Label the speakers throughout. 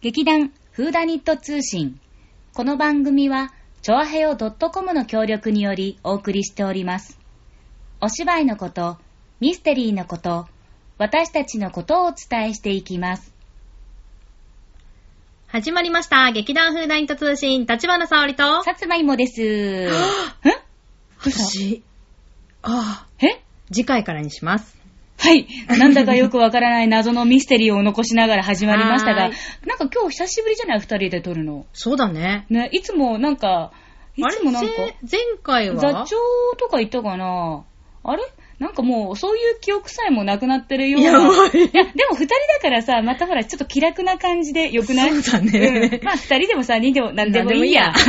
Speaker 1: 劇団フーダニット通信。この番組は、チョアヘオ .com の協力によりお送りしております。お芝居のこと、ミステリーのこと、私たちのことをお伝えしていきます。
Speaker 2: 始まりました。劇団風ダイント通信、立花沙織と、
Speaker 1: さつまいもです。ん
Speaker 2: 私、ああ、
Speaker 1: え
Speaker 2: 次回からにします。
Speaker 1: はい。なんだかよくわからない謎のミステリーを残しながら始まりましたが
Speaker 2: はー、
Speaker 1: なんか今日久しぶりじゃない二人で撮るの。
Speaker 2: そうだね。
Speaker 1: ね、いつもなんか、い
Speaker 2: あ
Speaker 1: つ
Speaker 2: れ
Speaker 1: もなんか、
Speaker 2: せ前回は
Speaker 1: 座長とかいたかなあれなんかもう、そういう記憶さえもなくなってるような。
Speaker 2: やばい
Speaker 1: や、でも二人だからさ、またほら、ちょっと気楽な感じでよくない
Speaker 2: そうだね
Speaker 1: うんまあ二人でも三人でも何でもいいや。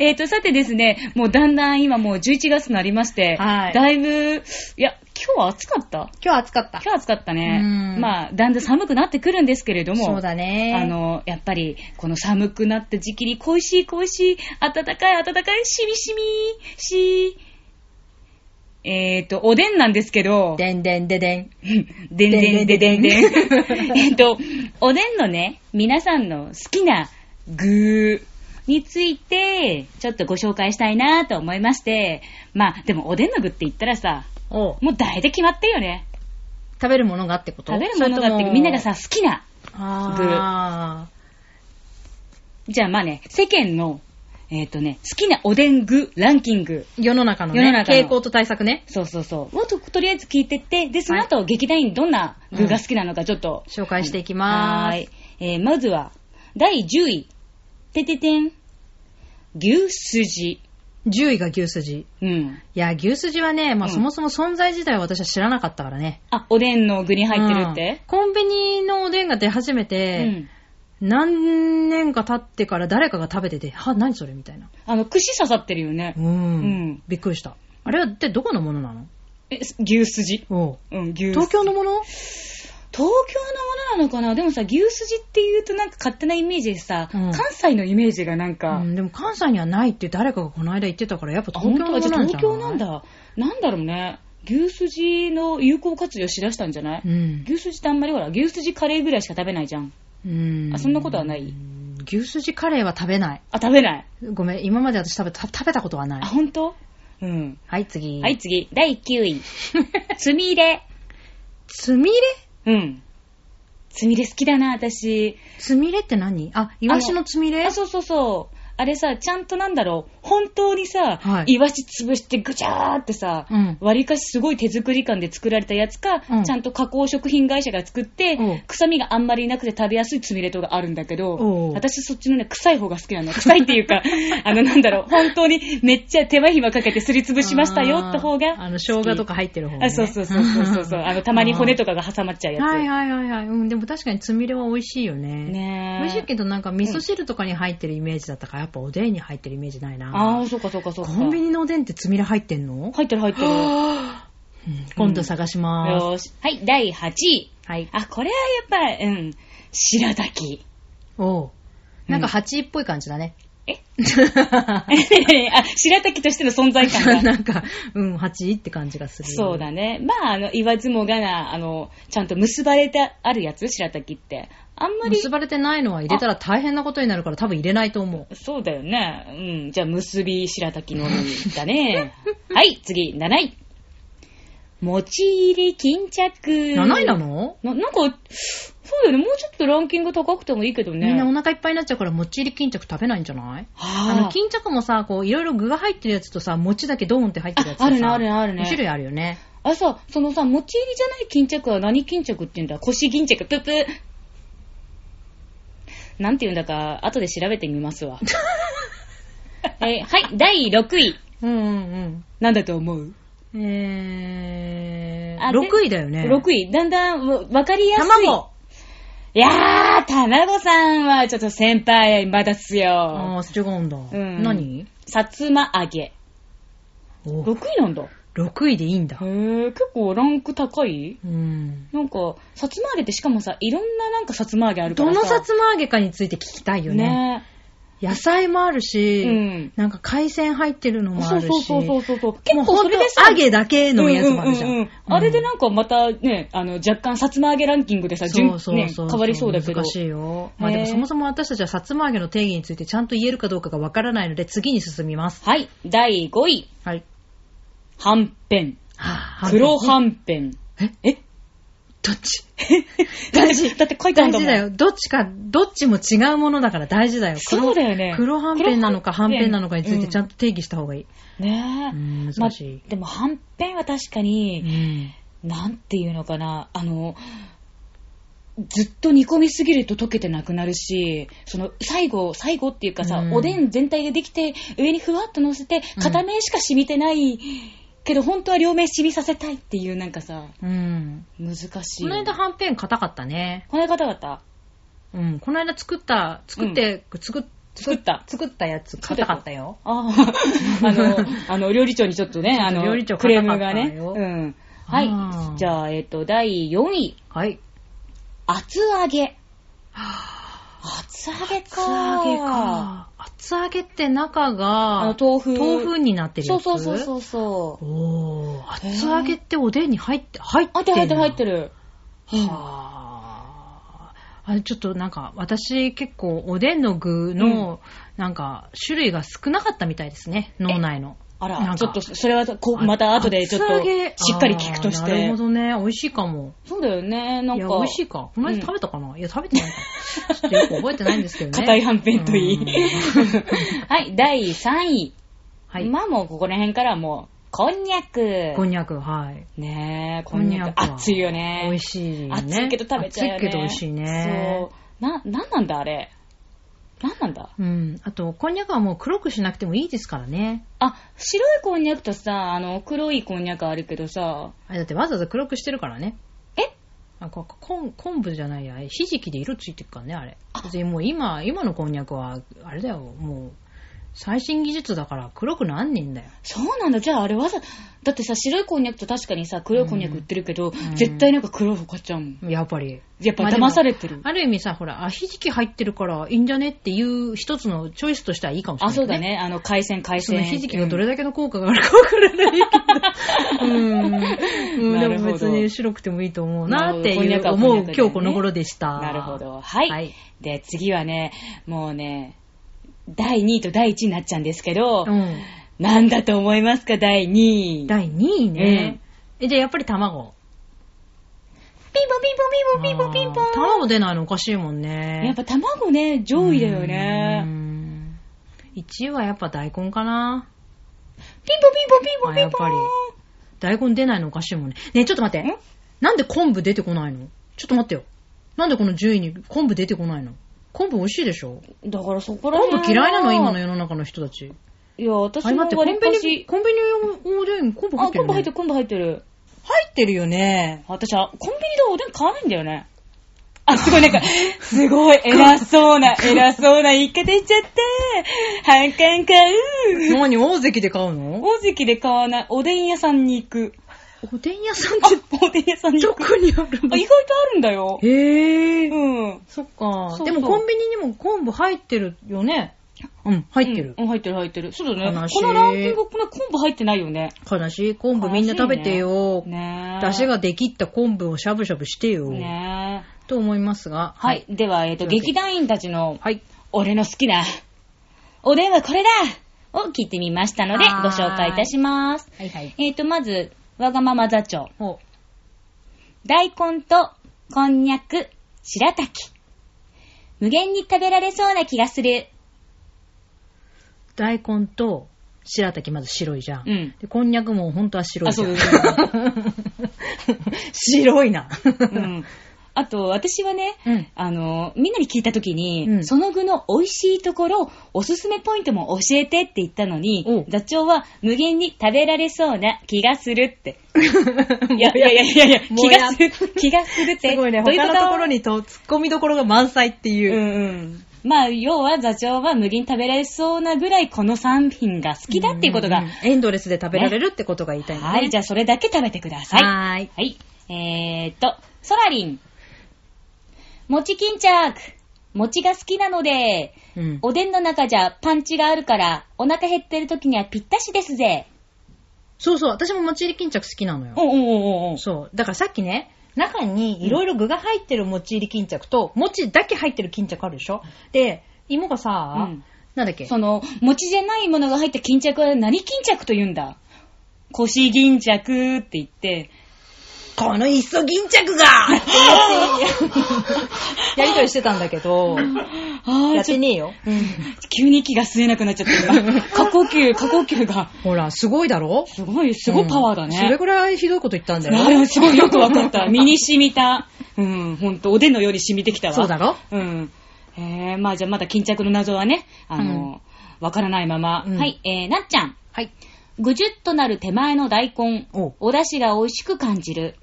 Speaker 1: えっと、さてですね、もうだんだん今もう11月になりまして、
Speaker 2: はい
Speaker 1: だいぶ、いや、今日は暑かった
Speaker 2: 今日暑かった。
Speaker 1: 今日暑かったね。
Speaker 2: うん
Speaker 1: まあ、だんだん寒くなってくるんですけれども、
Speaker 2: そうだね。
Speaker 1: あ、の、やっぱり、この寒くなった時期に恋しい恋しい、暖かい暖かい、しみしみ、しえっ、と、おでんなんですけど、
Speaker 2: でんでんででん。
Speaker 1: でんでんででんでん。 えっと、おでんのね、皆さんの好きな具について、ちょっとご紹介したいなと思いまして、まあ、でもおでんの具って言ったらさ、
Speaker 2: おう
Speaker 1: もう大体決まってるよね。
Speaker 2: 食べるものがってこと
Speaker 1: 食べるものだって、みんなが、さ、好きな。
Speaker 2: あ
Speaker 1: じゃあまあね、世間の、えっ、とね、好きなおでん具ランキング。
Speaker 2: ー世の中の
Speaker 1: 世の
Speaker 2: ね、
Speaker 1: 中の
Speaker 2: 傾向と対策ね、
Speaker 1: そうそうそう。をととりあえず聞いてって、で、その
Speaker 2: はい
Speaker 1: 後、劇団員どんな具が好きなのかちょっと。
Speaker 2: 紹介していきま
Speaker 1: は
Speaker 2: ー
Speaker 1: い。えーまずは、第10位。てててん。牛すじ。
Speaker 2: す。10位が牛すじ。
Speaker 1: うん。
Speaker 2: いや、牛すじはね、まあ、
Speaker 1: うん
Speaker 2: そもそも存在自体は私は知らなかったからね。
Speaker 1: あ、おでんの具に入ってるって
Speaker 2: うん、コンビニのおでんが出始め
Speaker 1: う
Speaker 2: て、
Speaker 1: ん。
Speaker 2: 何年か経ってから誰かが食べてて、は、何それみたいな。
Speaker 1: あの、串刺さってるよね
Speaker 2: う。ん。
Speaker 1: ん
Speaker 2: びっくりした。あれはってどこのものなの
Speaker 1: え、す牛すじ。
Speaker 2: おう
Speaker 1: うん、牛すじ
Speaker 2: 東京のもの
Speaker 1: 東京のものなのかなでもさ、牛すじって言うとなんか勝手なイメージでさ、
Speaker 2: うん
Speaker 1: 関西のイメージがなんか、
Speaker 2: うん、でも関西にはないって誰かがこの間言ってたから、やっぱ
Speaker 1: あ
Speaker 2: 東
Speaker 1: 本
Speaker 2: 京
Speaker 1: 当だ、
Speaker 2: のもの
Speaker 1: じゃ
Speaker 2: な
Speaker 1: あ
Speaker 2: んじゃ
Speaker 1: 東京
Speaker 2: ない
Speaker 1: なん。だ。なんだろうね。牛すじの有効活用しだしたんじゃない、
Speaker 2: うん。
Speaker 1: 牛すじってあんまりほら、牛すじカレーぐらいしか食べないじゃん。
Speaker 2: うん。
Speaker 1: あ、そんなことはない
Speaker 2: 牛すじカレーは食べない。
Speaker 1: あ、食べない。
Speaker 2: ごめん、今まで私食べた食べたことはな
Speaker 1: あ、
Speaker 2: い。
Speaker 1: 本当うん。
Speaker 2: はい、次。
Speaker 1: はい、。次。第9位。つみれ。
Speaker 2: つみれ
Speaker 1: うん。つみれ好きだな、私。
Speaker 2: つみれって何あ、イワシのつみれ
Speaker 1: あ、そうそうそう。あれさ、ちゃんとなんだろう、本当にさ、
Speaker 2: はい
Speaker 1: イワシ潰してぐちゃーってさ、
Speaker 2: うん
Speaker 1: わりかしすごい手作り感で作られたやつか、
Speaker 2: うん
Speaker 1: ちゃんと加工食品会社が作って、
Speaker 2: うん
Speaker 1: 臭みがあんまりなくて食べやすいつみれとがあるんだけど
Speaker 2: お、う
Speaker 1: 私そっちのね、臭い方が好きなの。臭いっていう か、あのなんだろう、本当にめっちゃ手間暇かけてすりつぶしましたよって方が好き。
Speaker 2: あの、生姜とか入ってる方、ね、
Speaker 1: あ、そうそうそうそうそうそう。あの、たまに骨とかが挟まっちゃうやつ。
Speaker 2: はいはいはいはい。うん、でも確かにつみれは美味しいよね。
Speaker 1: ねえ
Speaker 2: 美味しいけどなんか味噌汁とかに入ってるイメージだったから、やっぱおでんに入ってるイメージない
Speaker 1: あ
Speaker 2: な。
Speaker 1: あ、そうかそうかそうか。
Speaker 2: コンビニのおでんってつみれ入ってんの、
Speaker 1: 入ってる入ってる。
Speaker 2: うん今度探します。
Speaker 1: よーし。はい、第8位。
Speaker 2: はい。
Speaker 1: あ、これはやっぱ、うん、白滝。
Speaker 2: おうなんか蜂っぽい感じだね。
Speaker 1: あ、白滝としての存在感が。
Speaker 2: なんか、うん、蜂って感じがする。
Speaker 1: そうだね。まあ、あの、言わずもがな、あの、ちゃんと結ばれてあるやつ、白滝って。あんまり、
Speaker 2: 結ばれてないのは入れたら大変なことになるから多分入れないと思う。
Speaker 1: そうだよね。うん、じゃあ、結び白滝のみだ ね。はい、次、7位。持ち入り巾着。
Speaker 2: 7位なの、
Speaker 1: ななんか、そうだよね。もうちょっとランキング高くてもいいけどね。
Speaker 2: みんなお腹いっぱいになっちゃうから、もっちり巾着食べないんじゃない
Speaker 1: あ
Speaker 2: あ
Speaker 1: ー
Speaker 2: の、巾着もさ、こう、いろいろ具が入ってるやつとさ、餅だけドーンって入ってるやつとさ
Speaker 1: ああるねあるねあるね
Speaker 2: 二種類あるよね。
Speaker 1: あさ、そのさ、持ち入りじゃない巾着は何巾着って言うんだ腰巾着、ぷぷ。なんて言うんだか、後で調べてみます わ。えーはい、第6位。
Speaker 2: うんうん
Speaker 1: なんだと思う、
Speaker 2: うん。え
Speaker 1: あ
Speaker 2: ー、
Speaker 1: で
Speaker 2: 6位だよね。
Speaker 1: ?6 位。だんだんわわかりやすい。
Speaker 2: 卵
Speaker 1: いやー、卵さんはちょっと先輩、まだっすよ。
Speaker 2: ああ、違うんだ。
Speaker 1: ん
Speaker 2: 何
Speaker 1: さつま揚げ。6
Speaker 2: ?6
Speaker 1: 位なんだ。へ
Speaker 2: 位でいいんだ。
Speaker 1: ー、結構ランク高い
Speaker 2: うん。
Speaker 1: なんか、さつま揚げってしかもさ、いろんななんかさつま揚げあるか
Speaker 2: ど
Speaker 1: らさ。
Speaker 2: のさつま揚げかについて聞きたいよね。
Speaker 1: ね
Speaker 2: 野菜もあるし、
Speaker 1: うん
Speaker 2: なんか海鮮入ってるのもあ
Speaker 1: そ
Speaker 2: る
Speaker 1: う
Speaker 2: し。
Speaker 1: そうそうそうそうそう。
Speaker 2: も
Speaker 1: 結
Speaker 2: う
Speaker 1: 構
Speaker 2: ほ
Speaker 1: そ
Speaker 2: ん
Speaker 1: れ
Speaker 2: と
Speaker 1: でさ、
Speaker 2: 揚げだけのやつもあるじゃん。
Speaker 1: ううううあれで
Speaker 2: ん
Speaker 1: なんかまたね、あの、若干、さつま揚げランキングでさ、順ね、変わりそうだけど
Speaker 2: 難。しいよ。まあ
Speaker 1: ね
Speaker 2: でもそもそも私たちはさつま揚げの定義についてちゃんと言えるかどうかがわからないので次に進みます。
Speaker 1: はい。第5位。
Speaker 2: はい。
Speaker 1: はんぺん。
Speaker 2: はあ
Speaker 1: 黒はんぺん。え
Speaker 2: どっち
Speaker 1: 大事。 だって書いてある
Speaker 2: 大
Speaker 1: んだも
Speaker 2: 事
Speaker 1: ん。
Speaker 2: だよ。どっちか、どっちも違うものだから大事だよ。黒
Speaker 1: そうだよね
Speaker 2: 黒はんぺんなのか、
Speaker 1: 黒は
Speaker 2: は
Speaker 1: ん
Speaker 2: ん
Speaker 1: ぺん
Speaker 2: ぺんなのかについてちゃんと定義した方がいい。
Speaker 1: ねえ。
Speaker 2: うん難しい
Speaker 1: まあでも、はんぺんは確か
Speaker 2: う
Speaker 1: に、
Speaker 2: ん。
Speaker 1: なんていうのかな、あの、ずっと煮込みすぎると溶けてなくなるし、その、最後、最後っていうかさ、
Speaker 2: うん
Speaker 1: おでん全体ができて、上にふわっと乗せて、
Speaker 2: うん
Speaker 1: 片面しか染みてない、けど、本当は両面染みさせたいっていう、なんかさ、
Speaker 2: うん。
Speaker 1: 難しい。
Speaker 2: この間、はんぺん硬かったね。
Speaker 1: この間だった
Speaker 2: うん。この間作った、作って、作っ
Speaker 1: 作った。
Speaker 2: 作ったやつ硬かったよ。
Speaker 1: ああ、あ の、あの、料理長にちょっとね、あの、
Speaker 2: 料理長
Speaker 1: クレームがね。
Speaker 2: 硬かった
Speaker 1: う
Speaker 2: わ
Speaker 1: ん。は
Speaker 2: あ
Speaker 1: い。
Speaker 2: ー
Speaker 1: じゃあ、えっと、第4位。
Speaker 2: はい。
Speaker 1: 厚揚げ。厚揚げ
Speaker 2: 厚
Speaker 1: か。
Speaker 2: 揚げ。か。厚揚げって中
Speaker 1: あ
Speaker 2: が
Speaker 1: の、、豆腐。
Speaker 2: 豆腐になってるや
Speaker 1: そう
Speaker 2: つ
Speaker 1: そうそうそうそう。
Speaker 2: おー、厚揚げっておでんに入って、入って
Speaker 1: 入ってる入ってる入ってる。
Speaker 2: る。はーあれちょっとなんか、私結構おでんの具の、なんか、種類が少なかったみたいですね、脳内の。
Speaker 1: あ
Speaker 2: な
Speaker 1: ら、
Speaker 2: んか
Speaker 1: ちょっと、それは、こうまた後でちょっ
Speaker 2: 厚
Speaker 1: と、
Speaker 2: 揚げ
Speaker 1: しっかり聞くとし
Speaker 2: あーな
Speaker 1: て
Speaker 2: るほ。どね、美味しいかも。
Speaker 1: そうだよね、なん
Speaker 2: いや、
Speaker 1: か。
Speaker 2: 美味しいか。この間食べたかな、いや、食べてないか。ちょっとよく覚えてないんですけどね。
Speaker 1: 硬いはんぺんといい
Speaker 2: うん。
Speaker 1: はい、第3位。
Speaker 2: はい。
Speaker 1: まあもう、ここら辺からはもう、こんにゃく。
Speaker 2: こんにゃく、はい。
Speaker 1: ねえ、こんにゃく。
Speaker 2: こんにゃくは
Speaker 1: 熱いよね。
Speaker 2: 美味しいよね。
Speaker 1: 熱いけど食べちゃうよね。
Speaker 2: 熱いけど美味しいね。
Speaker 1: そう。な、なんなんだあれ。なんなんだ
Speaker 2: うん。あと、こんにゃくはもう黒くしなくてもいいですからね。
Speaker 1: あ、白いこんにゃくとさ、あの、黒いこんにゃくあるけどさ、
Speaker 2: あれだってわざわざ黒くしてるからね。
Speaker 1: え
Speaker 2: あこ昆昆布じゃないや、ひじきで色ついてるからね、あれ。別にもう今、今のこんにゃくは、あれだよ、もう、最新技術だから黒くなんねえんだよ。
Speaker 1: そうなんだ。じゃああれわざ、だってさ、白いこんにゃくと確かにさ、黒いこんにゃく売ってるけど、
Speaker 2: ん
Speaker 1: 絶対なんか黒い方買っちゃうもん。
Speaker 2: やっぱり。
Speaker 1: やっぱ
Speaker 2: まあでも
Speaker 1: 騙されてる。
Speaker 2: ある意味さ、ほら、あ、ひじき入ってるからいいんじゃねっていう一つのチョイスとしてはいいかもしれ
Speaker 1: あ、
Speaker 2: ない、
Speaker 1: そうだ。ね。あの、海鮮、海
Speaker 2: その
Speaker 1: 鮮。
Speaker 2: ひじきがど
Speaker 1: うん
Speaker 2: れだけの効果があるかわからないけど。うん。うん、
Speaker 1: な
Speaker 2: で
Speaker 1: るほ
Speaker 2: も
Speaker 1: ど
Speaker 2: 別に白くてもいいと思うなっ
Speaker 1: なるほど
Speaker 2: ていう
Speaker 1: こんにゃくはこん
Speaker 2: 思
Speaker 1: に
Speaker 2: う
Speaker 1: ゃくだよね
Speaker 2: 今日この頃でした。
Speaker 1: なるほ。ど。はい。
Speaker 2: はい
Speaker 1: で、次はね、もうね、第2位と第1位になっちゃうんですけど、
Speaker 2: うん。
Speaker 1: なんだと思いますか、第2位。
Speaker 2: 第2位ね。え、じゃあやっぱり卵。
Speaker 1: ピンポンピンポンピンポンピンポンピンポン
Speaker 2: あー卵出ないのおかしいもんね。
Speaker 1: やっぱ卵ね、上位だよ
Speaker 2: う
Speaker 1: ね。
Speaker 2: ん。1位はやっぱ大根かな。
Speaker 1: ピンポンピンポンピンポンピンポ
Speaker 2: あやっ
Speaker 1: ン
Speaker 2: ぱ。大根出ないのおかしいもんね。ねえちょっと待って
Speaker 1: ん。
Speaker 2: なんで昆布出てこないのちょっと待ってよ。なんでこの10位に昆布出てこないの昆布美味しいでしょ
Speaker 1: だからそこら辺
Speaker 2: 昆
Speaker 1: は
Speaker 2: 布嫌いなの今の世の中の人たち。
Speaker 1: いや、私
Speaker 2: あれ
Speaker 1: も
Speaker 2: 待って、コ
Speaker 1: 割り
Speaker 2: ンビニ、
Speaker 1: 箸。
Speaker 2: コンビニおでん昆布入
Speaker 1: あ、
Speaker 2: って
Speaker 1: 昆
Speaker 2: る、
Speaker 1: 布
Speaker 2: ね、
Speaker 1: 入ってる、昆布入ってる。
Speaker 2: 入ってるよね。
Speaker 1: 私は、コンビニでおでん買わないんだよね。あ、すごい、なん か、すごい、偉そうな、偉そうな言い方しちゃって、反感買う。
Speaker 2: 何大関で買うの
Speaker 1: 大関で買わない、おでん屋さんに行く。
Speaker 2: おでん屋さんっ
Speaker 1: あ
Speaker 2: て、
Speaker 1: おでん屋さんに
Speaker 2: ど
Speaker 1: 行く。
Speaker 2: こにある
Speaker 1: あ、
Speaker 2: の
Speaker 1: 意外とあるんだよ。
Speaker 2: へー。
Speaker 1: うん。
Speaker 2: そっ
Speaker 1: そう
Speaker 2: か
Speaker 1: そう
Speaker 2: でもコンビニにも昆布入ってるよね。うん、入ってる。
Speaker 1: うん、うん入ってる入ってる。そうだね
Speaker 2: 悲。しい
Speaker 1: このランキング、この昆布入ってないよね。
Speaker 2: 悲しい。昆布みんな食べてよ。
Speaker 1: ねえ。
Speaker 2: 出汁ができった昆布をしゃぶしゃぶしてよ。
Speaker 1: ねえ。
Speaker 2: と思いますが。
Speaker 1: はい。。では、えっ、と、
Speaker 2: というわけ
Speaker 1: 劇
Speaker 2: で
Speaker 1: 団員たちの、
Speaker 2: はい。
Speaker 1: 俺の好きな、おでんはこれだを聞いてみましたので、
Speaker 2: はー
Speaker 1: ご
Speaker 2: い
Speaker 1: 紹介いたします。
Speaker 2: はいはい。
Speaker 1: えっ、と、まず、わがまま座長。
Speaker 2: お、
Speaker 1: 大根と、こんにゃく、白滝。無限に食べられそうな気がする。
Speaker 2: 大根と白滝まず白いじゃん。
Speaker 1: うん
Speaker 2: で、こんにゃくも本当は白い
Speaker 1: あ、
Speaker 2: じ
Speaker 1: そ
Speaker 2: ゃ。
Speaker 1: うんですね。
Speaker 2: 白いな。
Speaker 1: うん。あと、私はね、
Speaker 2: うん
Speaker 1: あの、みんなに聞いたときに、
Speaker 2: うん
Speaker 1: その具の美味しいところ、おすすめポイントも教えてって言ったのに
Speaker 2: お、
Speaker 1: 座長は無限に食べられそうな気がする って。いやいやいやいやいや、気
Speaker 2: もや
Speaker 1: がす る、気がするって。
Speaker 2: すごいね。
Speaker 1: とう
Speaker 2: 他
Speaker 1: こ
Speaker 2: のところにと、突っ込みどころが満載っていうう。
Speaker 1: んうん。まあ、要は座長は無限に食べられそうなぐらいこの3品が好きだっていうことが、
Speaker 2: んんエンドレスで食べられるってことが言いたいんだね
Speaker 1: はい、じゃあそれだけ食べてください。
Speaker 2: はーい。
Speaker 1: はい。えーっと、ソラリン。もち巾着。餅が好きなので、
Speaker 2: うん。
Speaker 1: おでんの中じゃパンチがあるから、お腹減ってる時にはぴったしですぜ。
Speaker 2: そうそう、私も餅入り巾着好きなのよ。
Speaker 1: うんうんうんうん。
Speaker 2: そう。だからさっきね、中にいろいろ具が入ってる餅入り巾着と、餅だけ入ってる巾着あるでしょで、芋がさ、
Speaker 1: うん
Speaker 2: なんだっけ
Speaker 1: その、餅じゃないものが入った巾着は何巾着と言うんだ腰巾着って言って、
Speaker 2: このいっそ巾 着が やりとりしてたんだけど、
Speaker 1: あ
Speaker 2: や
Speaker 1: あ、
Speaker 2: っ
Speaker 1: ちょ
Speaker 2: て
Speaker 1: っ
Speaker 2: ねえよ。
Speaker 1: と急に息が吸えなくなっちゃった今。過呼吸、過呼吸が。
Speaker 2: ほら、すごいだろ
Speaker 1: すごい、すごいパワーだ
Speaker 2: うんそれ
Speaker 1: ね。
Speaker 2: ぐらいひどいこと言ったんだ
Speaker 1: あで
Speaker 2: よ。
Speaker 1: もすごいよくわかった。身に染みた。うん、ほんと、おでんのように染みてきたわ。
Speaker 2: そうだろ
Speaker 1: うん。えー、まあじゃあまだ巾着の謎はね、あの、わ、からないまま。
Speaker 2: うん
Speaker 1: はい、えー、なっちゃん。
Speaker 2: はい。
Speaker 1: ぐじゅっとなる手前の大根。
Speaker 2: お
Speaker 1: お出汁が美味しく感じる。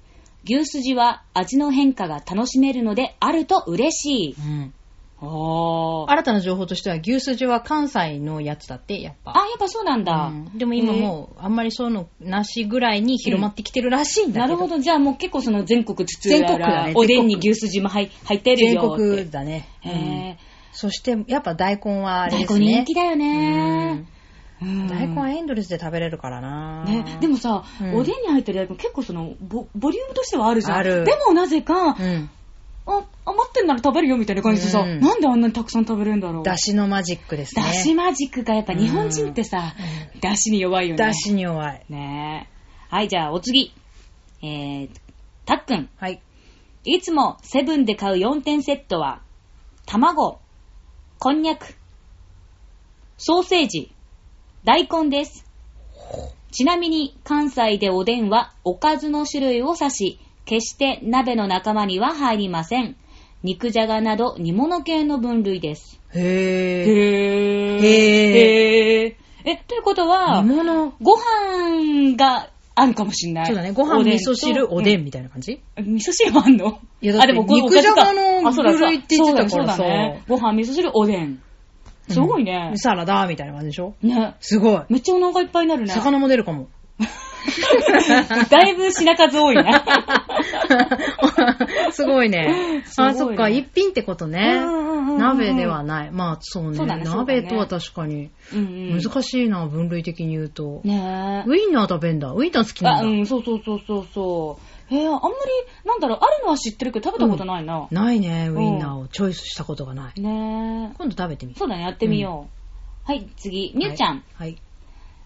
Speaker 1: 牛すじは味の変化が楽しめるのであると嬉しい。
Speaker 2: うん
Speaker 1: おー。
Speaker 2: 新たな情報としては、牛すじは関西のやつだって、やっぱ。
Speaker 1: あ、やっぱそうなんだ。
Speaker 2: うんでも今もう、あんまりそういうのなしぐらいに広まってきてるらしいんだ
Speaker 1: な
Speaker 2: けど。
Speaker 1: るほど。じゃあもう結構その全国つつ
Speaker 2: 全国だね
Speaker 1: おでんに牛すじも入入ってる
Speaker 2: 全
Speaker 1: よって。
Speaker 2: 国だね。うん
Speaker 1: へ
Speaker 2: そして、やっぱ大根はあ
Speaker 1: ー。
Speaker 2: れ
Speaker 1: 大
Speaker 2: です
Speaker 1: 根人
Speaker 2: ね。
Speaker 1: 気だよね。
Speaker 2: うん大根は
Speaker 1: ね。
Speaker 2: エンドレスで食べれるからな。
Speaker 1: ね、でもさ、
Speaker 2: うん
Speaker 1: おでんに入ってる大根結構そのボボリュームとしてはあるじゃん。
Speaker 2: ある
Speaker 1: でもなぜか、あ
Speaker 2: うん、
Speaker 1: 余ってんなら食べるよみたいな感じでさ、
Speaker 2: うん
Speaker 1: なんであんなにたくさん食べれるんだろう。
Speaker 2: だしのマジックですね。
Speaker 1: だしマジックがやっぱ日本人ってさ、だしに弱いよね。
Speaker 2: だしに弱い。
Speaker 1: ねえ。はい、じゃあお次。えー、たっくん。
Speaker 2: はい。
Speaker 1: いつもセブンで買う4点セットは、卵、こんにゃく、ソーセージ、大根です。ちなみに関西でおでんはおかずの種類を指し、決して鍋の仲間には入りません。肉じゃがなど煮物系の分類です。
Speaker 2: へぇ
Speaker 1: へ
Speaker 2: ーへ
Speaker 1: へー。え、ということは、
Speaker 2: 煮物。
Speaker 1: ご飯があるかもしんない。
Speaker 2: そうだね。ご飯、
Speaker 1: おで
Speaker 2: 味
Speaker 1: んと
Speaker 2: 噌汁、おで
Speaker 1: うん
Speaker 2: みたいな感じ
Speaker 1: 味噌汁もあんの
Speaker 2: いやだって
Speaker 1: あでもご飯
Speaker 2: 肉じゃがの
Speaker 1: おかずか
Speaker 2: 部類って言ってた
Speaker 1: そうだ
Speaker 2: からさ
Speaker 1: そうだね。ご飯、味噌汁、おでん。すごいね。
Speaker 2: サラダみたいな感じでしょ
Speaker 1: ね。
Speaker 2: すごい。
Speaker 1: めっちゃお腹いっぱいになるね。
Speaker 2: 魚も出る かも。
Speaker 1: だいぶ品数多い ね。
Speaker 2: すごいね。あ、
Speaker 1: すごいね
Speaker 2: そっか。一品ってことね。
Speaker 1: うんうんうんうん
Speaker 2: 鍋ではない。まあ、そうね。
Speaker 1: そうだねそうだね
Speaker 2: 鍋とは確かに。
Speaker 1: うんうん。
Speaker 2: 難しいな、分類的に言うと。
Speaker 1: ねえ。
Speaker 2: ウインナー食べんだ。ウインナー好きな
Speaker 1: あ、
Speaker 2: んだ。
Speaker 1: うん、そうそうそうそうそう。へえ、あんまり、なんだろう、あるのは知ってるけど食べたことないな。
Speaker 2: ないね、ウインナーをチョイスしたことがない。
Speaker 1: ね
Speaker 2: 今度食べてみ
Speaker 1: え。そうだね、やってみよう。はい、次、みゆちゃん。。
Speaker 2: はい。はい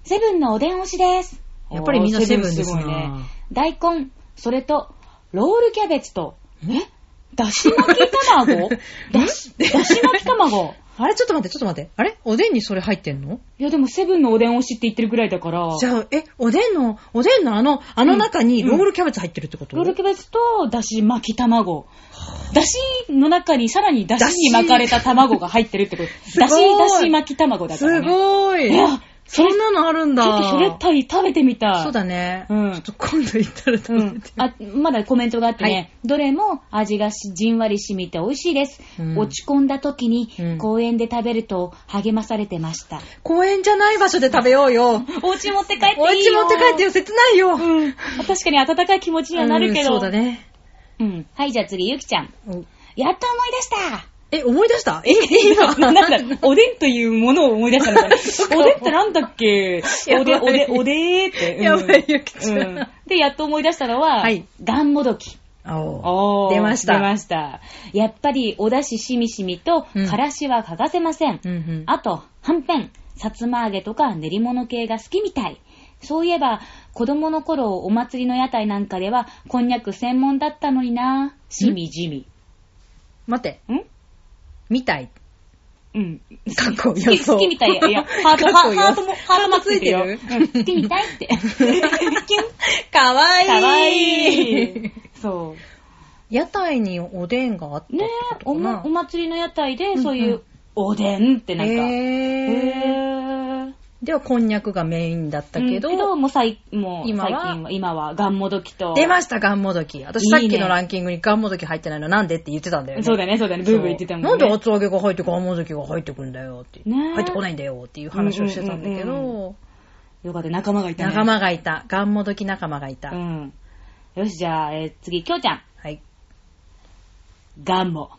Speaker 1: セブンのおでん推しです。
Speaker 2: やっぱりみんなセブンです
Speaker 1: おー
Speaker 2: な
Speaker 1: ごいね。大根、それと、ロールキャベツと、えだし巻き 卵だし、だし巻き卵。
Speaker 2: あれちょっと待って、ちょっと待って。あれおでんにそれ入ってんの
Speaker 1: いやでもセブンのおでん推しって言ってるぐらいだから、
Speaker 2: じゃあ、え、おでんの、おでんのあの、あの中にロールキャベツ入ってるってこと、
Speaker 1: ロールキャベツとだし巻き卵。だしの中にさらにだしに巻かれた卵が入ってるってこと。だし、
Speaker 2: ごい
Speaker 1: だし巻き卵だから、
Speaker 2: す
Speaker 1: ね。い。
Speaker 2: ごい。
Speaker 1: いや、そ
Speaker 2: そ
Speaker 1: れ、
Speaker 2: ん
Speaker 1: ち
Speaker 2: なのあるんだ。
Speaker 1: ょっとそれ食べてみたい。
Speaker 2: そうだね。
Speaker 1: うん
Speaker 2: ちょっと今度行ったら食
Speaker 1: う
Speaker 2: べ
Speaker 1: ん
Speaker 2: て。、
Speaker 1: あまだコメントがあってね、
Speaker 2: はい
Speaker 1: どれも味がしじんわり染みて美味しいです。
Speaker 2: うん
Speaker 1: 落ち込んだ時に
Speaker 2: うん
Speaker 1: 公園で食べると励まされてました。
Speaker 2: 公園じゃない場所で食べようよ。
Speaker 1: お家持って帰っていいよ。
Speaker 2: お家持って帰ってよ、切ないよ。
Speaker 1: うん。確かに温かい気持ちにはなるけど。
Speaker 2: うんそうだね。
Speaker 1: うん。はい、じゃあ次、ゆきちゃん。
Speaker 2: お
Speaker 1: やっと思い出した
Speaker 2: え、思い出したえ、 今。
Speaker 1: ななんだ、おでんというものを思い出したの かな。おでんってなんだっけおで、
Speaker 2: やば
Speaker 1: おで
Speaker 2: い、
Speaker 1: おでーって。うん
Speaker 2: やばいゆきちゃん
Speaker 1: うで、やっと思い出したのは、
Speaker 2: はい
Speaker 1: がんもどき。
Speaker 2: あ
Speaker 1: お
Speaker 2: お
Speaker 1: ー
Speaker 2: 出ました。
Speaker 1: 出ました。やっぱり、お出汁しみしみと、
Speaker 2: うん
Speaker 1: からしは欠かせません。
Speaker 2: うんうん。
Speaker 1: あと、はんぺん、さつま揚げとか練り物系が好きみたい。そういえば、子供の頃、お祭りの屋台なんかでは、こんにゃく専門だったのになしみじみ。
Speaker 2: 待って、
Speaker 1: ん
Speaker 2: みたい。
Speaker 1: うん。
Speaker 2: かっこ
Speaker 1: 好き、好きみたい。いや、ハート、ハハートも、ハートもついてるよ。
Speaker 2: ハートついて
Speaker 1: うん好きみたいって。キュン。
Speaker 2: かわいい。
Speaker 1: かわいい。 そう。
Speaker 2: 屋台におでんがあったって
Speaker 1: ねえ
Speaker 2: こと
Speaker 1: お
Speaker 2: かな
Speaker 1: ま、お祭りの屋台で、そうい
Speaker 2: うんう、
Speaker 1: うんおでんってなんか。
Speaker 2: へー
Speaker 1: へー
Speaker 2: ではこんにゃくがメインだったけど、
Speaker 1: うんもう最、もう、
Speaker 2: 今は
Speaker 1: 最近は、今は、ガンモドキと。
Speaker 2: 出ましたガンモドキ私さっ
Speaker 1: いいね
Speaker 2: きのランキングにガンモドキ入ってないのなんでって言ってたんだよね
Speaker 1: そうだね、そうだね、ブーブー言ってたもんね。
Speaker 2: そうなんで厚揚げが入ってガンモドキが入ってくんだよって、
Speaker 1: ねえ
Speaker 2: 入ってこないんだよっていう話をしてたんだけど、
Speaker 1: うんうんよかった、仲間がいたね。
Speaker 2: 仲間がいたガンモドキ仲間がいた、
Speaker 1: うん。よし、じゃ あ、えー次、きょうちゃん。
Speaker 2: はい
Speaker 1: ガンモ。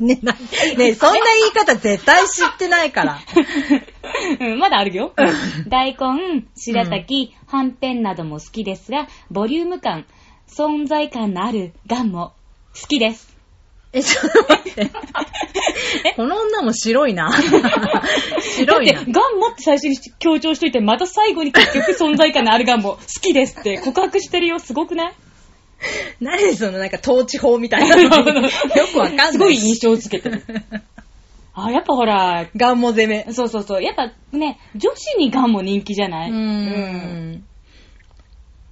Speaker 2: ね、な、ね、そんな言い方絶対知ってないから。
Speaker 1: うんまだあるよ。大根、白滝、はんぺんなども好きですが、ボリューム感、存在感のあるガンも好きです。
Speaker 2: え、ちょっと待って。この女も白いな。白い
Speaker 1: だっ
Speaker 2: な
Speaker 1: て、。ガンもって最初に強調しといて、また最後に結 局存在感のあるガンも好きですって告白してるよ。すごくない
Speaker 2: 何そのなんか統治法みたい なの よくわかんない。
Speaker 1: すごい印象付けてる。あ、やっぱほら、
Speaker 2: ガンモ攻め。
Speaker 1: そうそうそう。やっぱね、女子にガンも人気じゃな
Speaker 2: う
Speaker 1: い
Speaker 2: ーん。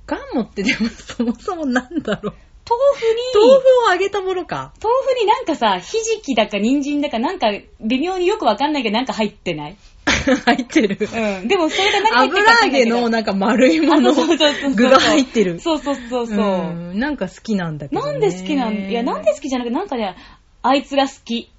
Speaker 2: ガンモってでもそもそもなんだろう。
Speaker 1: 豆腐に、
Speaker 2: 豆腐を揚げたものか。
Speaker 1: 豆腐になんかさ、ひじきだか人参だかなんか微妙によくわかんないけどなんか入ってない
Speaker 2: 入ってる。
Speaker 1: うん。でもそれが何入ってるかわか
Speaker 2: 油揚
Speaker 1: んない
Speaker 2: げ
Speaker 1: けど
Speaker 2: のなんか丸いもの、
Speaker 1: あそうそうそうそう
Speaker 2: 具が入ってる。
Speaker 1: そうそうそうそう。
Speaker 2: んなんか好きなんだけど、ね。
Speaker 1: なんで好きなんいや、なんで好きじゃなくて、なんかね、あいつが好き。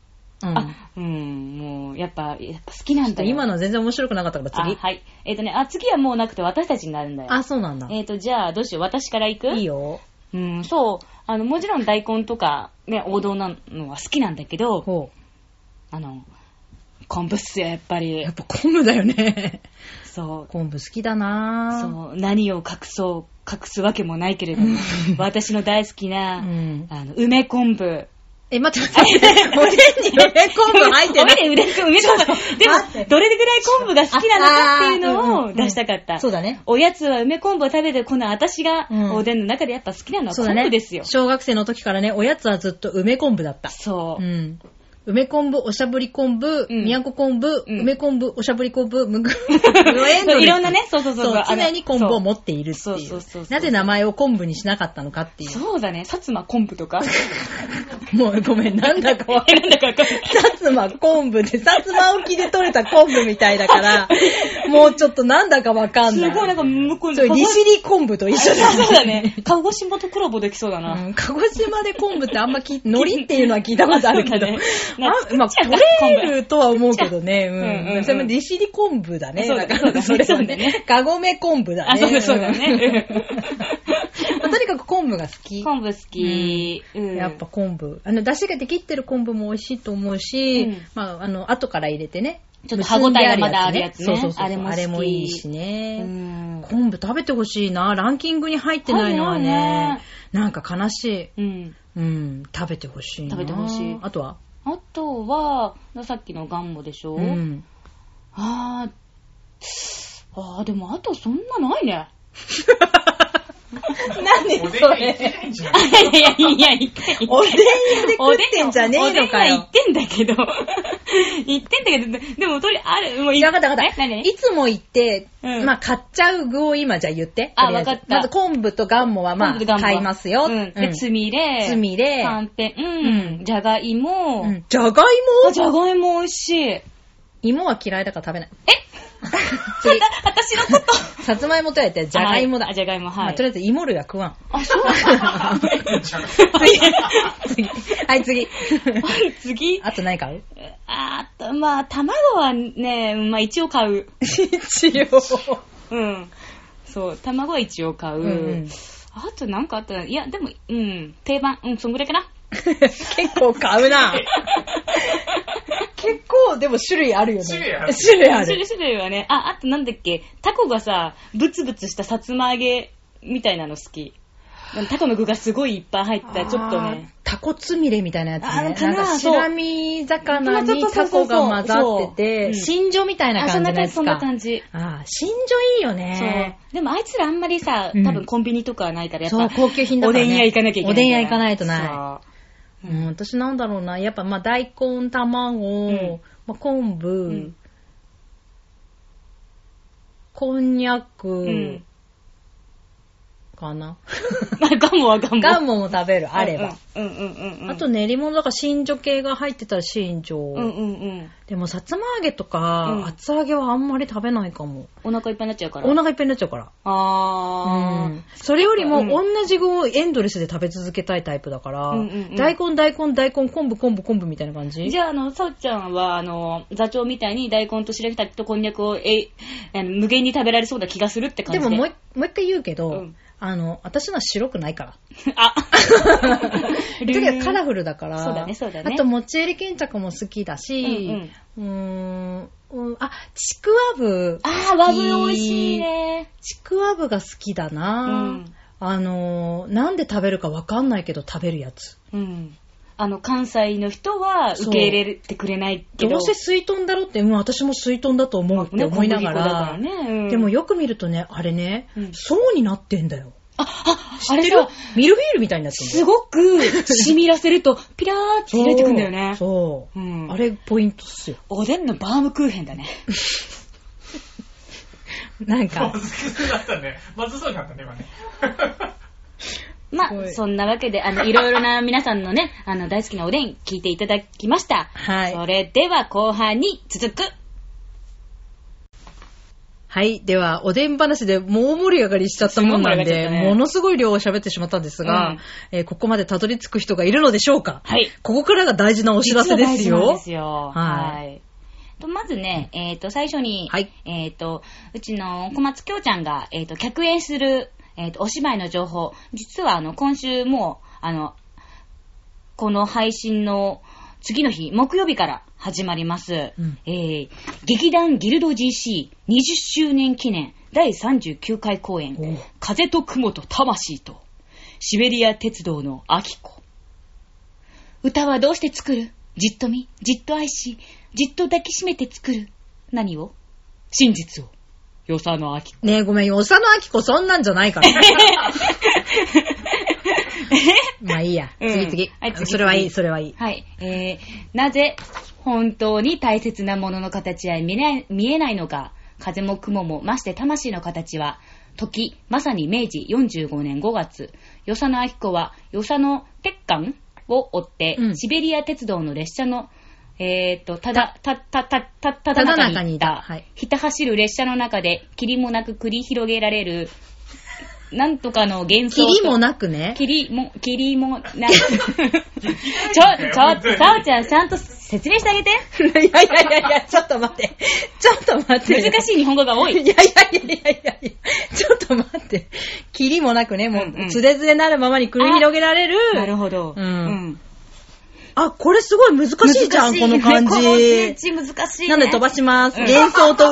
Speaker 2: うん
Speaker 1: あ、うん、もう、やっぱ、やっぱ好きなんだよ。
Speaker 2: 今のは全然面白くなかったから
Speaker 1: あ、
Speaker 2: 次。
Speaker 1: はい。えっ、とね、あ、次はもうなくて私たちになるんだよ。
Speaker 2: あ、そうなんだ。
Speaker 1: えっ、と、じゃあ、どうしよう。私から行く
Speaker 2: いいよ。
Speaker 1: うん、そう。あの、もちろん大根とか、ね、王道なのは好きなんだけど、
Speaker 2: ほ
Speaker 1: あの、昆布っすよ、やっぱ
Speaker 2: う。
Speaker 1: り
Speaker 2: やっ。ぱ昆布だ よね。
Speaker 1: そう。
Speaker 2: 昆布好きだなぁ。
Speaker 1: そう、何を隠そう、隠すわけもないけれども、私の大好きな、
Speaker 2: うん
Speaker 1: あの、梅昆布。
Speaker 2: え、待って待って。おでん に梅昆布入ってない。
Speaker 1: おめでとう梅昆布。で
Speaker 2: 待って
Speaker 1: も、どれぐらい昆布が好きなのかっていうの
Speaker 2: ああー
Speaker 1: を
Speaker 2: うんうんうん
Speaker 1: 出したかった。
Speaker 2: そうだね。
Speaker 1: おやつは梅昆布を食べて、この私が
Speaker 2: うん
Speaker 1: おでんの中でやっぱ好きなのは
Speaker 2: そう
Speaker 1: 昆
Speaker 2: だね。
Speaker 1: 布ですよ。
Speaker 2: 小学生の時からね、おやつはずっと梅昆布だった。
Speaker 1: そうう。
Speaker 2: ん。梅昆布、おしゃぶり昆布、
Speaker 1: うん
Speaker 2: 宮古昆布、
Speaker 1: うん
Speaker 2: 梅昆布、おしゃぶり昆布、むぐ、
Speaker 1: いろんなねそうそうそう
Speaker 2: そう
Speaker 1: あの
Speaker 2: 常に昆布を持っているって
Speaker 1: そう
Speaker 2: い
Speaker 1: そううそうそう。
Speaker 2: なぜ名前を昆布にしなかったのかっていう。
Speaker 1: そうだね。薩摩昆布とか。
Speaker 2: もうごめん、なんだかわか
Speaker 1: え、
Speaker 2: ん
Speaker 1: な
Speaker 2: ない。
Speaker 1: んだかわかんない。
Speaker 2: 薩摩昆布で、薩摩沖で取れた昆布みたいだから、もうちょっとなんだかわかん
Speaker 1: す
Speaker 2: ない。
Speaker 1: ごいなんか向こうに。
Speaker 2: そう、
Speaker 1: 鹿児
Speaker 2: 利尻昆布と一緒だ、
Speaker 1: そうだね。鹿児島とコラボできそうだな。
Speaker 2: うん鹿児島で昆布ってあんま聞い海苔っていうのは聞いたことある けど。
Speaker 1: そうだね
Speaker 2: あまあ、取れるとは思うけどね。
Speaker 1: うんうん
Speaker 2: う。
Speaker 1: うんん
Speaker 2: それも利尻昆布だね。
Speaker 1: そうだ
Speaker 2: だから
Speaker 1: そうだね
Speaker 2: それは
Speaker 1: そうだね
Speaker 2: ね。カゴメ昆布だね。
Speaker 1: あ、そうだそうだね。
Speaker 2: うん。まあとにかく昆布が好 き。
Speaker 1: 昆布好き。うん
Speaker 2: やっぱ、昆布。あの、出汁ができってる昆布も美味しいと思うし、
Speaker 1: うん
Speaker 2: まあ、あの、後から入れてね。
Speaker 1: ちょっと歯応えがまだあるやつね
Speaker 2: そうそうそう。
Speaker 1: あれも好き
Speaker 2: あれもいいし
Speaker 1: う
Speaker 2: ね。
Speaker 1: ん。
Speaker 2: 昆布食べてほしいな。ランキングに入ってないのはね
Speaker 1: 入ってないね、
Speaker 2: なんか悲し
Speaker 1: う
Speaker 2: い。
Speaker 1: ん。
Speaker 2: うん、食べてほしいな。
Speaker 1: 食べてほしい
Speaker 2: あとは
Speaker 1: あとは、さっきのガンモでしょ、
Speaker 2: うん。
Speaker 1: あーあー、でもあとそんなないね。
Speaker 2: 何それ。
Speaker 1: いやいやいや、一回。
Speaker 2: おでん屋で食ってんじゃねえのか
Speaker 1: おでんは行
Speaker 2: よ
Speaker 1: っ。てんだけど。行ってんだけど、でもとりあえず、もうい
Speaker 2: わかったわかっ
Speaker 1: え
Speaker 2: た。
Speaker 1: 何
Speaker 2: いつも言って、
Speaker 1: うん
Speaker 2: まあ買っちゃう具を今じゃあ言って。
Speaker 1: あ
Speaker 2: とりえず
Speaker 1: わかった
Speaker 2: まず昆布とガンモはまあ
Speaker 1: 昆布とガンモ
Speaker 2: 買いますよ。
Speaker 1: うん。
Speaker 2: う
Speaker 1: で、
Speaker 2: ん
Speaker 1: つみれ。
Speaker 2: つみれ
Speaker 1: はんぺん。
Speaker 2: う
Speaker 1: うんん。じゃがいも。
Speaker 2: うんじゃがい
Speaker 1: あ、
Speaker 2: も
Speaker 1: じゃがいも美味しい。え
Speaker 2: 芋は嫌いだから食べない。 次
Speaker 1: また私のこと。
Speaker 2: さつまいもと やって、じゃがいもだ。
Speaker 1: あじゃがいも、
Speaker 2: ま
Speaker 1: は
Speaker 2: あ
Speaker 1: い
Speaker 2: と。りあえず芋類は食わん。
Speaker 1: あ、そうなんだ
Speaker 2: 次。はい、次。
Speaker 1: 次。
Speaker 2: あと何買う
Speaker 1: あーと、まあ、卵はね、まあ一応買う。
Speaker 2: 一応。
Speaker 1: うん。そう、卵は一応買う。
Speaker 2: うんうん
Speaker 1: あとなんかあったらいや、でも、うん、定番、うん、そんぐらいかな。
Speaker 2: 結構買 うな。結構、でも種類あるよね。
Speaker 3: 種類ある
Speaker 2: 種類あ
Speaker 1: 種
Speaker 2: る。
Speaker 1: 類種類はね、あ、あとなんだっけ、タコがさ、ブツブツしたさつま揚げみたいなの好き。タコの具がすごいいっぱい入った、ちょっとね。
Speaker 2: あー。タコつみれみたいなやつね。
Speaker 1: あ
Speaker 2: な
Speaker 1: ー
Speaker 2: ん
Speaker 1: かな
Speaker 2: か白身
Speaker 1: そ
Speaker 2: 魚
Speaker 1: う
Speaker 2: に
Speaker 1: まあちょ
Speaker 2: タ
Speaker 1: っとそ
Speaker 2: コ
Speaker 1: うそうそう
Speaker 2: が混ざってて、
Speaker 1: そう
Speaker 2: 新庄みたいな
Speaker 1: あ、そん
Speaker 2: 感じ
Speaker 1: な
Speaker 2: の
Speaker 1: 感
Speaker 2: や
Speaker 1: じ、
Speaker 2: つか。
Speaker 1: そんな感じ。
Speaker 2: あー、新庄いいよね。
Speaker 1: そう。でもあいつらあんまりさ
Speaker 2: うん、
Speaker 1: 多分コンビニとかはないから、やっ
Speaker 2: そう
Speaker 1: ぱ、
Speaker 2: 高級品だ
Speaker 1: お
Speaker 2: からね
Speaker 1: でん屋行かなきゃいけない。
Speaker 2: おでん屋行かないとない
Speaker 1: そう
Speaker 2: うん、私なんだろうな。やっぱまあ大根、卵、
Speaker 1: うん
Speaker 2: まあ、昆布、
Speaker 1: うん
Speaker 2: こんにゃく、
Speaker 1: うん
Speaker 2: かな。
Speaker 1: まあ、ガモは ガモ。
Speaker 2: ガンモも食べる、あれば。。
Speaker 1: うんうんうんうん。
Speaker 2: あと、練り物だから新女系が入ってたら新女。
Speaker 1: うんうんうん。
Speaker 2: でも、さつま揚げとか、
Speaker 1: うん
Speaker 2: 厚揚げはあんまり食べないかも。
Speaker 1: お腹いっぱいになっちゃうから。
Speaker 2: お腹いっぱいになっちゃうから。
Speaker 1: あ
Speaker 2: う
Speaker 1: ー
Speaker 2: ん。それよりも、
Speaker 1: うん
Speaker 2: 同じ具をエンドレスで食べ続けたいタイプだから、
Speaker 1: うんうんうん
Speaker 2: 大根、大根、大根、昆布、昆布、昆布みたいな感じ
Speaker 1: じゃあ、あの、さおちゃんは、あの、座長みたいに大根と白滝とこんにゃくを、えい、あの無限に食べられそうな気がするって感
Speaker 2: で
Speaker 1: じで。
Speaker 2: ももう一、もう一回言うけど、
Speaker 1: うん
Speaker 2: あの、私のは白くないから。
Speaker 1: あ
Speaker 2: とにかくカラフルだから。
Speaker 1: そうだねそうだね
Speaker 2: あと、もちえり巾着も好きだし、うーん、うんあ、ちくわぶ、
Speaker 1: ああ、和風美味しいね。
Speaker 2: ちくわぶが好きだ
Speaker 1: う
Speaker 2: な、
Speaker 1: ん。
Speaker 2: あの、なんで食べるかわかんないけど食べるやつ。
Speaker 1: うん。あの、関西の人は受け入れてくれないけど。
Speaker 2: どうせ水豚だろって、うん、私も水豚だと思うって思いながら。
Speaker 1: ね小麦粉だからねうん
Speaker 2: でもよく見るとね、あれね、
Speaker 1: うん
Speaker 2: 層になってんだよ。
Speaker 1: あ、あ、
Speaker 2: 知
Speaker 1: あ
Speaker 2: っ
Speaker 1: れ
Speaker 2: てる
Speaker 1: さ、
Speaker 2: ミルフィーユみたいになってんだ
Speaker 1: す
Speaker 2: よ。
Speaker 1: ごく染みらせると、ピラーって開いてくんだよね。
Speaker 2: そう。そう
Speaker 1: うん
Speaker 2: あれ、ポイントっすよ。
Speaker 1: おでんのバームクーヘンだね。
Speaker 2: なん
Speaker 3: 難
Speaker 2: か、
Speaker 3: しかったね。まずそうになったね、今ね。
Speaker 1: ます
Speaker 2: ご
Speaker 1: あ、
Speaker 2: い
Speaker 1: そんなわけで、あの、いろいろ な皆さんのね、あの、大好きなおでん聞いていただきました。
Speaker 2: はい
Speaker 1: それでは後半に続く。
Speaker 2: はい。では、おでん話でもう盛り上がりしちゃったもんなん
Speaker 1: すごい盛り上がっ
Speaker 2: で、
Speaker 1: ちゃったね
Speaker 2: ものすごい量を喋ってしまったんですが、
Speaker 1: うん
Speaker 2: えーここまでたどり着く人がいるのでしょうか
Speaker 1: はい。
Speaker 2: ここからが大事なお知らせです
Speaker 1: 実は大事なん
Speaker 2: よ
Speaker 1: で。すよ。
Speaker 2: はい
Speaker 1: い。とまずね、えっ、と、最初に、
Speaker 2: はい
Speaker 1: えっ、と、うちの小松京ちゃんが、えっ、と、客演する、えっ、と、お芝居の情報、実は、あの、今週もう、あの、この配信の次の日、木曜日から始まります。
Speaker 2: うん
Speaker 1: えー、劇団ギルド GC20 周年記念第39回公演
Speaker 2: おう、
Speaker 1: 風と雲と魂と、シベリア鉄道の秋子。歌はどうして作るじっと見、じっと愛し、じっと抱きしめて作る。何を真実を。よさの秋子。
Speaker 2: ねえ、ごめん、よさのあきこそんなんじゃないから。 まあいいや。
Speaker 1: うん
Speaker 2: 次次
Speaker 1: はい次
Speaker 2: それはいい、それはいい。
Speaker 1: はい。えー、なぜ本当に大切なものの形は見えない見えないのか。風も雲も、まして魂の形は、時、まさに明治45年5月、与謝野明子は、与謝野鉄管を追って、
Speaker 2: うん
Speaker 1: シベリア鉄道の列車の、えーっと、ただ、た、た、た、た、た
Speaker 2: た
Speaker 1: だ
Speaker 2: だ
Speaker 1: 中
Speaker 2: 中
Speaker 1: に
Speaker 2: に
Speaker 1: い
Speaker 2: い
Speaker 1: た
Speaker 2: たはい、
Speaker 1: ひた走る列車の中で、霧もなく繰り広げられる、なんとかの幻想
Speaker 2: キ
Speaker 1: と。
Speaker 2: リもなくね。
Speaker 1: 霧も、霧もない。ちょ、ちょ、さおちゃん、ちゃんと説明してあげて。
Speaker 2: いやいやいやいや、ちょっと待って。ちょっと待って。
Speaker 1: 難しい日本語が多
Speaker 2: いや
Speaker 1: い。
Speaker 2: いやいやいやいやいや、ちょっと待って。キリもなくね、も
Speaker 1: うんうん
Speaker 2: う、つれづれなるままに繰り広げられる。
Speaker 1: なるほど。
Speaker 2: うん。あ、これすごい難しいじゃん、この感
Speaker 1: この
Speaker 2: じ
Speaker 1: 感。じ難しい、ね。
Speaker 2: なんで飛ばします。
Speaker 1: うん
Speaker 2: 幻想と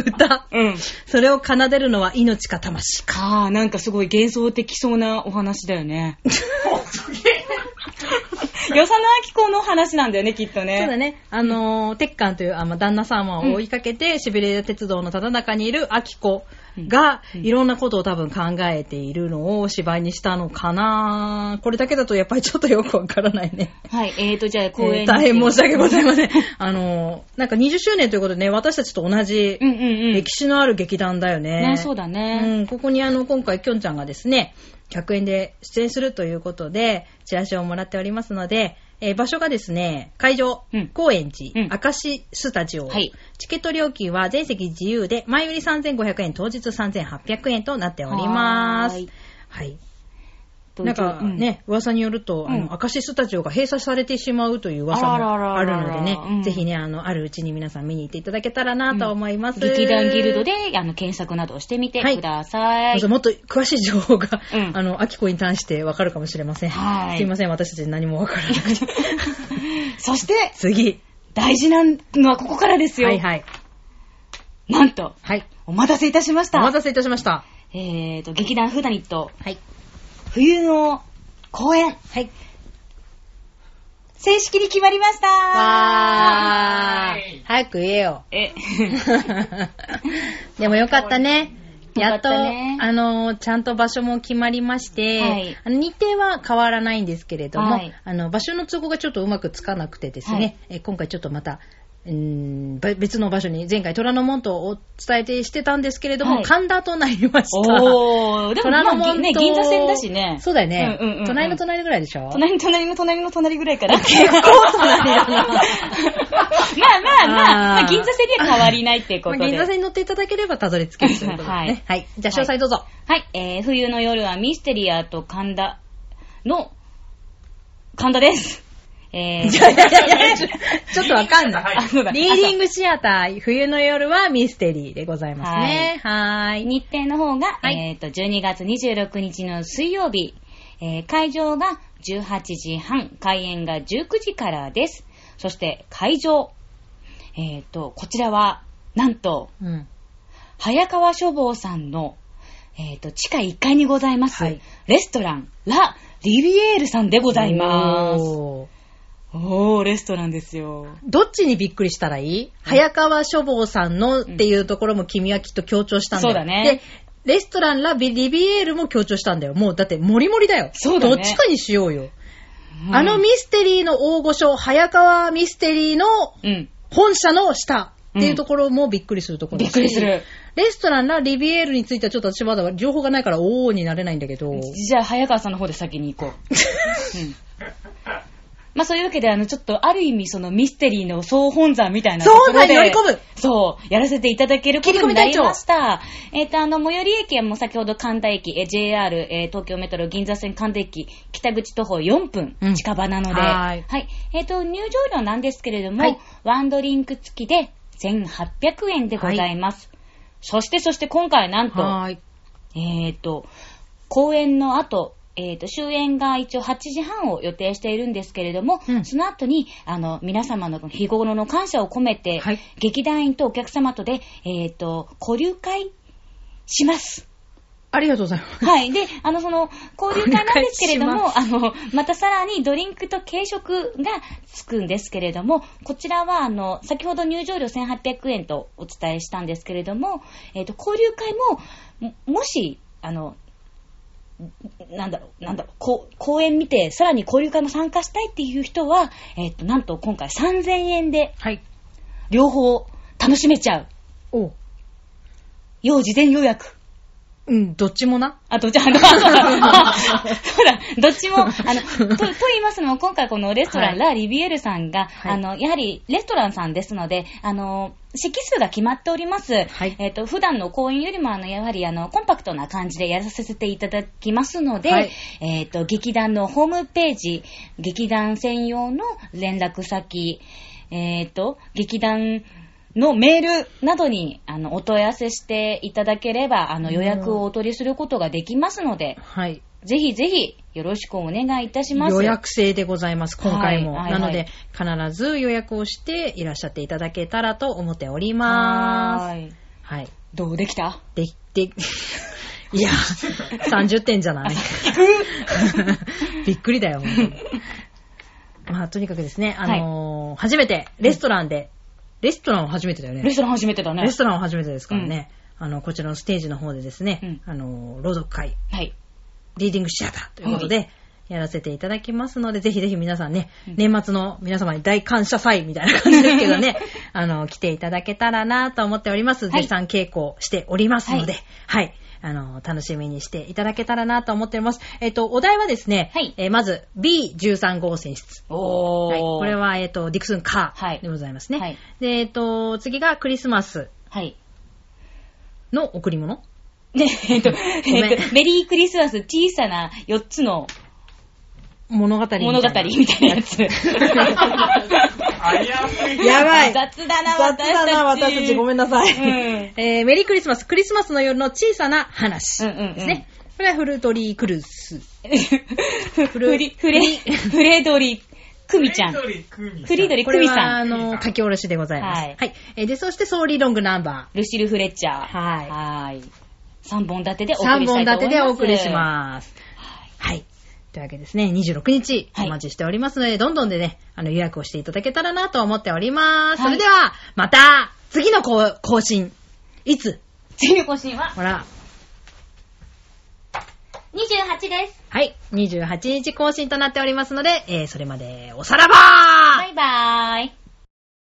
Speaker 2: 歌。
Speaker 1: うん。
Speaker 2: それを奏でるのは命か魂か。
Speaker 1: かあ、なんかすごい幻想的そうなお話だよね。 よさのあきこの話なんだよね、きっとね。
Speaker 2: そうだ
Speaker 1: ね。
Speaker 2: ね。あのー、鉄管という、あまあ、旦那様を追いかけて、シベリア鉄道のただ中にいるアキコが、
Speaker 1: うん
Speaker 2: いろんなことを多分考えているのを芝居にしたのかなこれだけだとやっぱりちょっとよくわからないね。
Speaker 1: はい、えーと、じゃあ公演
Speaker 2: えー
Speaker 1: に
Speaker 2: 大変申し訳ございま せん。あのー、なんか20周年ということでね、私たちと同じ
Speaker 1: うんうんうん
Speaker 2: 歴。史のある劇団だよね。
Speaker 1: ね、そうだね。
Speaker 2: うん、ここにあの、今回、きょんちゃんがですね、100円で出演するということで、チラシをもらっておりますので、えー場所がですね、会場、
Speaker 1: うん
Speaker 2: 高円
Speaker 1: う
Speaker 2: 寺、
Speaker 1: ん
Speaker 2: 明石スタジオ、
Speaker 1: はい
Speaker 2: チケット料金は全席自由で、前売り3500円、当日3800円となっております。
Speaker 1: は
Speaker 2: は
Speaker 1: ーい
Speaker 2: い。なんかね、噂によると、あ
Speaker 1: うん
Speaker 2: の、明石スタジオが閉鎖されてしまうという噂
Speaker 1: あらら
Speaker 2: も
Speaker 1: らら
Speaker 2: ある
Speaker 1: ら
Speaker 2: のでね、
Speaker 1: うん
Speaker 2: ぜひね、あの、あるうちに皆さん見に行っていただけたらなと思います。
Speaker 1: 劇団ギルドで、あの、検索などをしてみてください。
Speaker 2: もっと詳しい情報が、
Speaker 1: うん
Speaker 2: あの、アキコに関してわかるかもしれません。
Speaker 1: はい
Speaker 2: すいません、私たち何もわからな くて。
Speaker 1: そして、
Speaker 2: 次。
Speaker 1: 大事なのはここからですよ。
Speaker 2: はいはい。
Speaker 1: なんと、
Speaker 2: はい。
Speaker 1: お待たせいたしまし
Speaker 2: お
Speaker 1: た。
Speaker 2: 待たせいたしました。
Speaker 1: えーと、劇団フーダニット、
Speaker 2: はい。
Speaker 1: 冬の公演、
Speaker 2: はい。
Speaker 1: 正式に決まりました
Speaker 2: わ
Speaker 3: ー
Speaker 2: ー。早く言えよ。
Speaker 1: え、
Speaker 2: でもよかったね。やっと、
Speaker 1: よかったね
Speaker 2: あの、ちゃんと場所も決まりまして、
Speaker 1: はい
Speaker 2: あの日程は変わらないんですけれども、
Speaker 1: はい
Speaker 2: あの、場所の都合がちょっとうまくつかなくてですね、
Speaker 1: はい
Speaker 2: え今回ちょっとまた、うーんべ別の場所に前回虎ノ門とお伝えてしてたんですけれども、
Speaker 1: はい
Speaker 2: 神田となりました。
Speaker 1: おー、でもま
Speaker 2: 虎ノ
Speaker 1: あ、
Speaker 2: 門
Speaker 1: ね、
Speaker 2: と
Speaker 1: 銀座線だしね。
Speaker 2: そうだよね、
Speaker 1: うんうんうんうん
Speaker 2: 隣の隣ぐらいでしょ
Speaker 1: 隣の隣の隣の隣ぐらい から。結構隣だ な。まあまあまあ、
Speaker 2: あー
Speaker 1: まあ、銀座線には変わりないっていうこ
Speaker 2: まあ
Speaker 1: とで。
Speaker 2: 銀座線に乗っていただければたどり着けるということですね。
Speaker 1: は
Speaker 2: はいい、じゃあ詳細どうぞ。
Speaker 1: はい、えー、冬の夜はミステリアと神田の、神田です。えー
Speaker 2: じゃいやいやいやちょちょっとわかんない。
Speaker 3: あそう
Speaker 1: だ
Speaker 2: リーディングシアター、冬の夜はミステリーでございますね。はーい。
Speaker 1: 日程の方が、
Speaker 2: はい
Speaker 1: えっ、と、12月26日の水曜日、えー会場が18時半、開演が19時からです。そして、会場。えっ、と、こちらは、なんと、
Speaker 2: うん。
Speaker 1: 早川書房さんの、えっ、と、地下1階にございます、
Speaker 2: はい
Speaker 1: レストラン、ラ・リビエールさんでございます。
Speaker 2: おー
Speaker 1: おー、レストランですよ。
Speaker 2: どっちにびっくりしたらいい早川書房さんのっていうところも君はきっと強調したんだよ。
Speaker 1: そうだね
Speaker 2: で、レストランラビリビエールも強調したんだよ。もうだってモリモリだよ。
Speaker 1: そうだね
Speaker 2: どっちかにしようよ。
Speaker 1: うん
Speaker 2: あのミステリーの大御所、早川ミステリーの
Speaker 1: うん。
Speaker 2: 本社の下っていうところもびっくりするところだ
Speaker 1: び
Speaker 2: し
Speaker 1: っくりする。
Speaker 2: レストランラリビエールについてはちょっと私まだ情報がないからおーになれないんだけど。
Speaker 1: じゃあ、早川さんの方で先に行こう。うんまあ、そういうわけで、あの、ちょっと、ある意味、その、ミステリーの総本山みたいなところで。
Speaker 2: 総本山に乗り込む
Speaker 1: そう、やらせていただけることになりました。えっ、と、あの、最寄り駅はもう先ほど神田駅、えー JR、えー東京メトロ銀座線神田駅、北口徒歩4分
Speaker 2: う、ん
Speaker 1: 近場なので、
Speaker 2: はーい
Speaker 1: えっ、と、入場料なんですけれども、
Speaker 2: はい
Speaker 1: ワンドリンク付きで1800円でございます。そして、そして今回なんと、
Speaker 2: はーい。
Speaker 1: えっ、と、公演の後、えっ、と、終演が一応8時半を予定しているんですけれども、
Speaker 2: うん
Speaker 1: その後に、あの、皆様の日頃の感謝を込めて、
Speaker 2: はい
Speaker 1: 劇団員とお客様とで、えっ、と、交流会します。
Speaker 2: ありがとうございます。
Speaker 1: はい。で、あの、その、交流会なんですけれど
Speaker 2: お
Speaker 1: も、あの、またさらにドリンクと軽食がつくんですけれども、こちらは、あの、先ほど入場料1800円とお伝えしたんですけれども、えっ、と、交流会も、ももし、あの、なんだろう、なんだろう、こう公演見て、さらに交流会も参加したいっていう人は、えっ、と、なんと今回3000円で
Speaker 2: はい。
Speaker 1: 両方楽しめちゃう。
Speaker 2: おう
Speaker 1: 要事前予約。
Speaker 2: うん、どっちもな。
Speaker 1: あと、じゃあ、あの、そう だ、そうだどっちも、あの、と、と言いますのも、今回このレストラン、ラ・リビエルさんが、
Speaker 2: はい
Speaker 1: あの、やはりレストランさんですので、あの、席数が決まっております。
Speaker 2: はい
Speaker 1: えっ、と、普段の公演よりも、あの、やはり、あの、コンパクトな感じでやらせていただきますので、
Speaker 2: はい
Speaker 1: えっ、と、劇団のホームページ、劇団専用の連絡先、えっ、と、劇団、のメールなどにあのお問い合わせしていただければあの予約をお取りすることができますので、
Speaker 2: はい。
Speaker 1: ぜひぜひよろしくお願いいたします。
Speaker 2: 予約制でございます、今回も。
Speaker 1: はいはい
Speaker 2: な
Speaker 1: はい
Speaker 2: ので、必ず予約をしていらっしゃっていただけたらと思っておりま
Speaker 1: はーい
Speaker 2: す。はい。
Speaker 1: どうできた
Speaker 2: で、で、いや、30点じゃ ない。びっくりだよ、本当にまあ、とにかくですね、あのー初めて、レストランで、レストランを初めてだよね。
Speaker 1: レストラン初めてだね
Speaker 2: レス。トランを初めてですからね、あの、こちらのステージの方でですね、あのー朗読会、
Speaker 1: はい。
Speaker 2: リーディングシアターということで、やらせていただきますので、ぜひぜひ皆さんね、年末の皆様に大感謝祭みたいな感じですけ どね、あの、来ていただけたらなと思っております。
Speaker 1: はい
Speaker 2: 絶賛稽古しておりますので、はい、あの、楽しみにしていただけたらなと思っております。えっと、お題はですね、
Speaker 1: はい
Speaker 2: えーまず B13 号選出。
Speaker 1: おー。
Speaker 2: はい、これ。は、えっと、ディクスンカ
Speaker 1: はい
Speaker 2: ーでございますね。
Speaker 1: はい
Speaker 2: で、えっと、次がクリスマス
Speaker 1: はい。
Speaker 2: の贈り物。
Speaker 1: で、えっと、
Speaker 2: めん
Speaker 1: えっと、メリークリスマス小さな4つの
Speaker 2: 物語みたいな。
Speaker 1: 物語みたいなやつ。
Speaker 3: あやふい。
Speaker 2: やば い
Speaker 1: 雑だな、
Speaker 2: 雑だな、
Speaker 1: 私
Speaker 2: 私
Speaker 1: た
Speaker 2: た
Speaker 1: ち。
Speaker 2: ち。ごめんなさい。
Speaker 1: うん
Speaker 2: えーメリークリスマス、クリスマスの夜の小さな話
Speaker 1: うんうんうん
Speaker 2: ですね。これはフルトリークルース。
Speaker 1: フレ、フレ、フレドリ、クミちゃん。
Speaker 3: フリドリクミ
Speaker 1: フリードリ
Speaker 2: こ
Speaker 1: ク
Speaker 2: れ
Speaker 1: ミ
Speaker 2: は、
Speaker 1: さ
Speaker 2: あ
Speaker 1: ん。
Speaker 2: の、書き下ろしでございます。
Speaker 1: は
Speaker 2: はいい。えーで、そして、ソーリーロングナンバ
Speaker 1: ルシル・フレッチャー。
Speaker 2: はい
Speaker 1: はい。3本立てで
Speaker 2: ー。
Speaker 1: お送り
Speaker 2: 3
Speaker 1: したいと思
Speaker 2: 本
Speaker 1: います。
Speaker 2: 立てでお送りします。はい。というわけですね、26日
Speaker 1: は
Speaker 2: お
Speaker 1: い
Speaker 2: 待ちしておりますので、どんどんでね、あの予約をしていただけたらなと思っております。
Speaker 1: はい
Speaker 2: それでは、また、次のこう更新。いつ
Speaker 1: す。次の更新は
Speaker 2: ほら、
Speaker 1: 28です。
Speaker 2: はい、28日更新となっておりますので、えーそれまで、おさらば
Speaker 1: バイバーイ。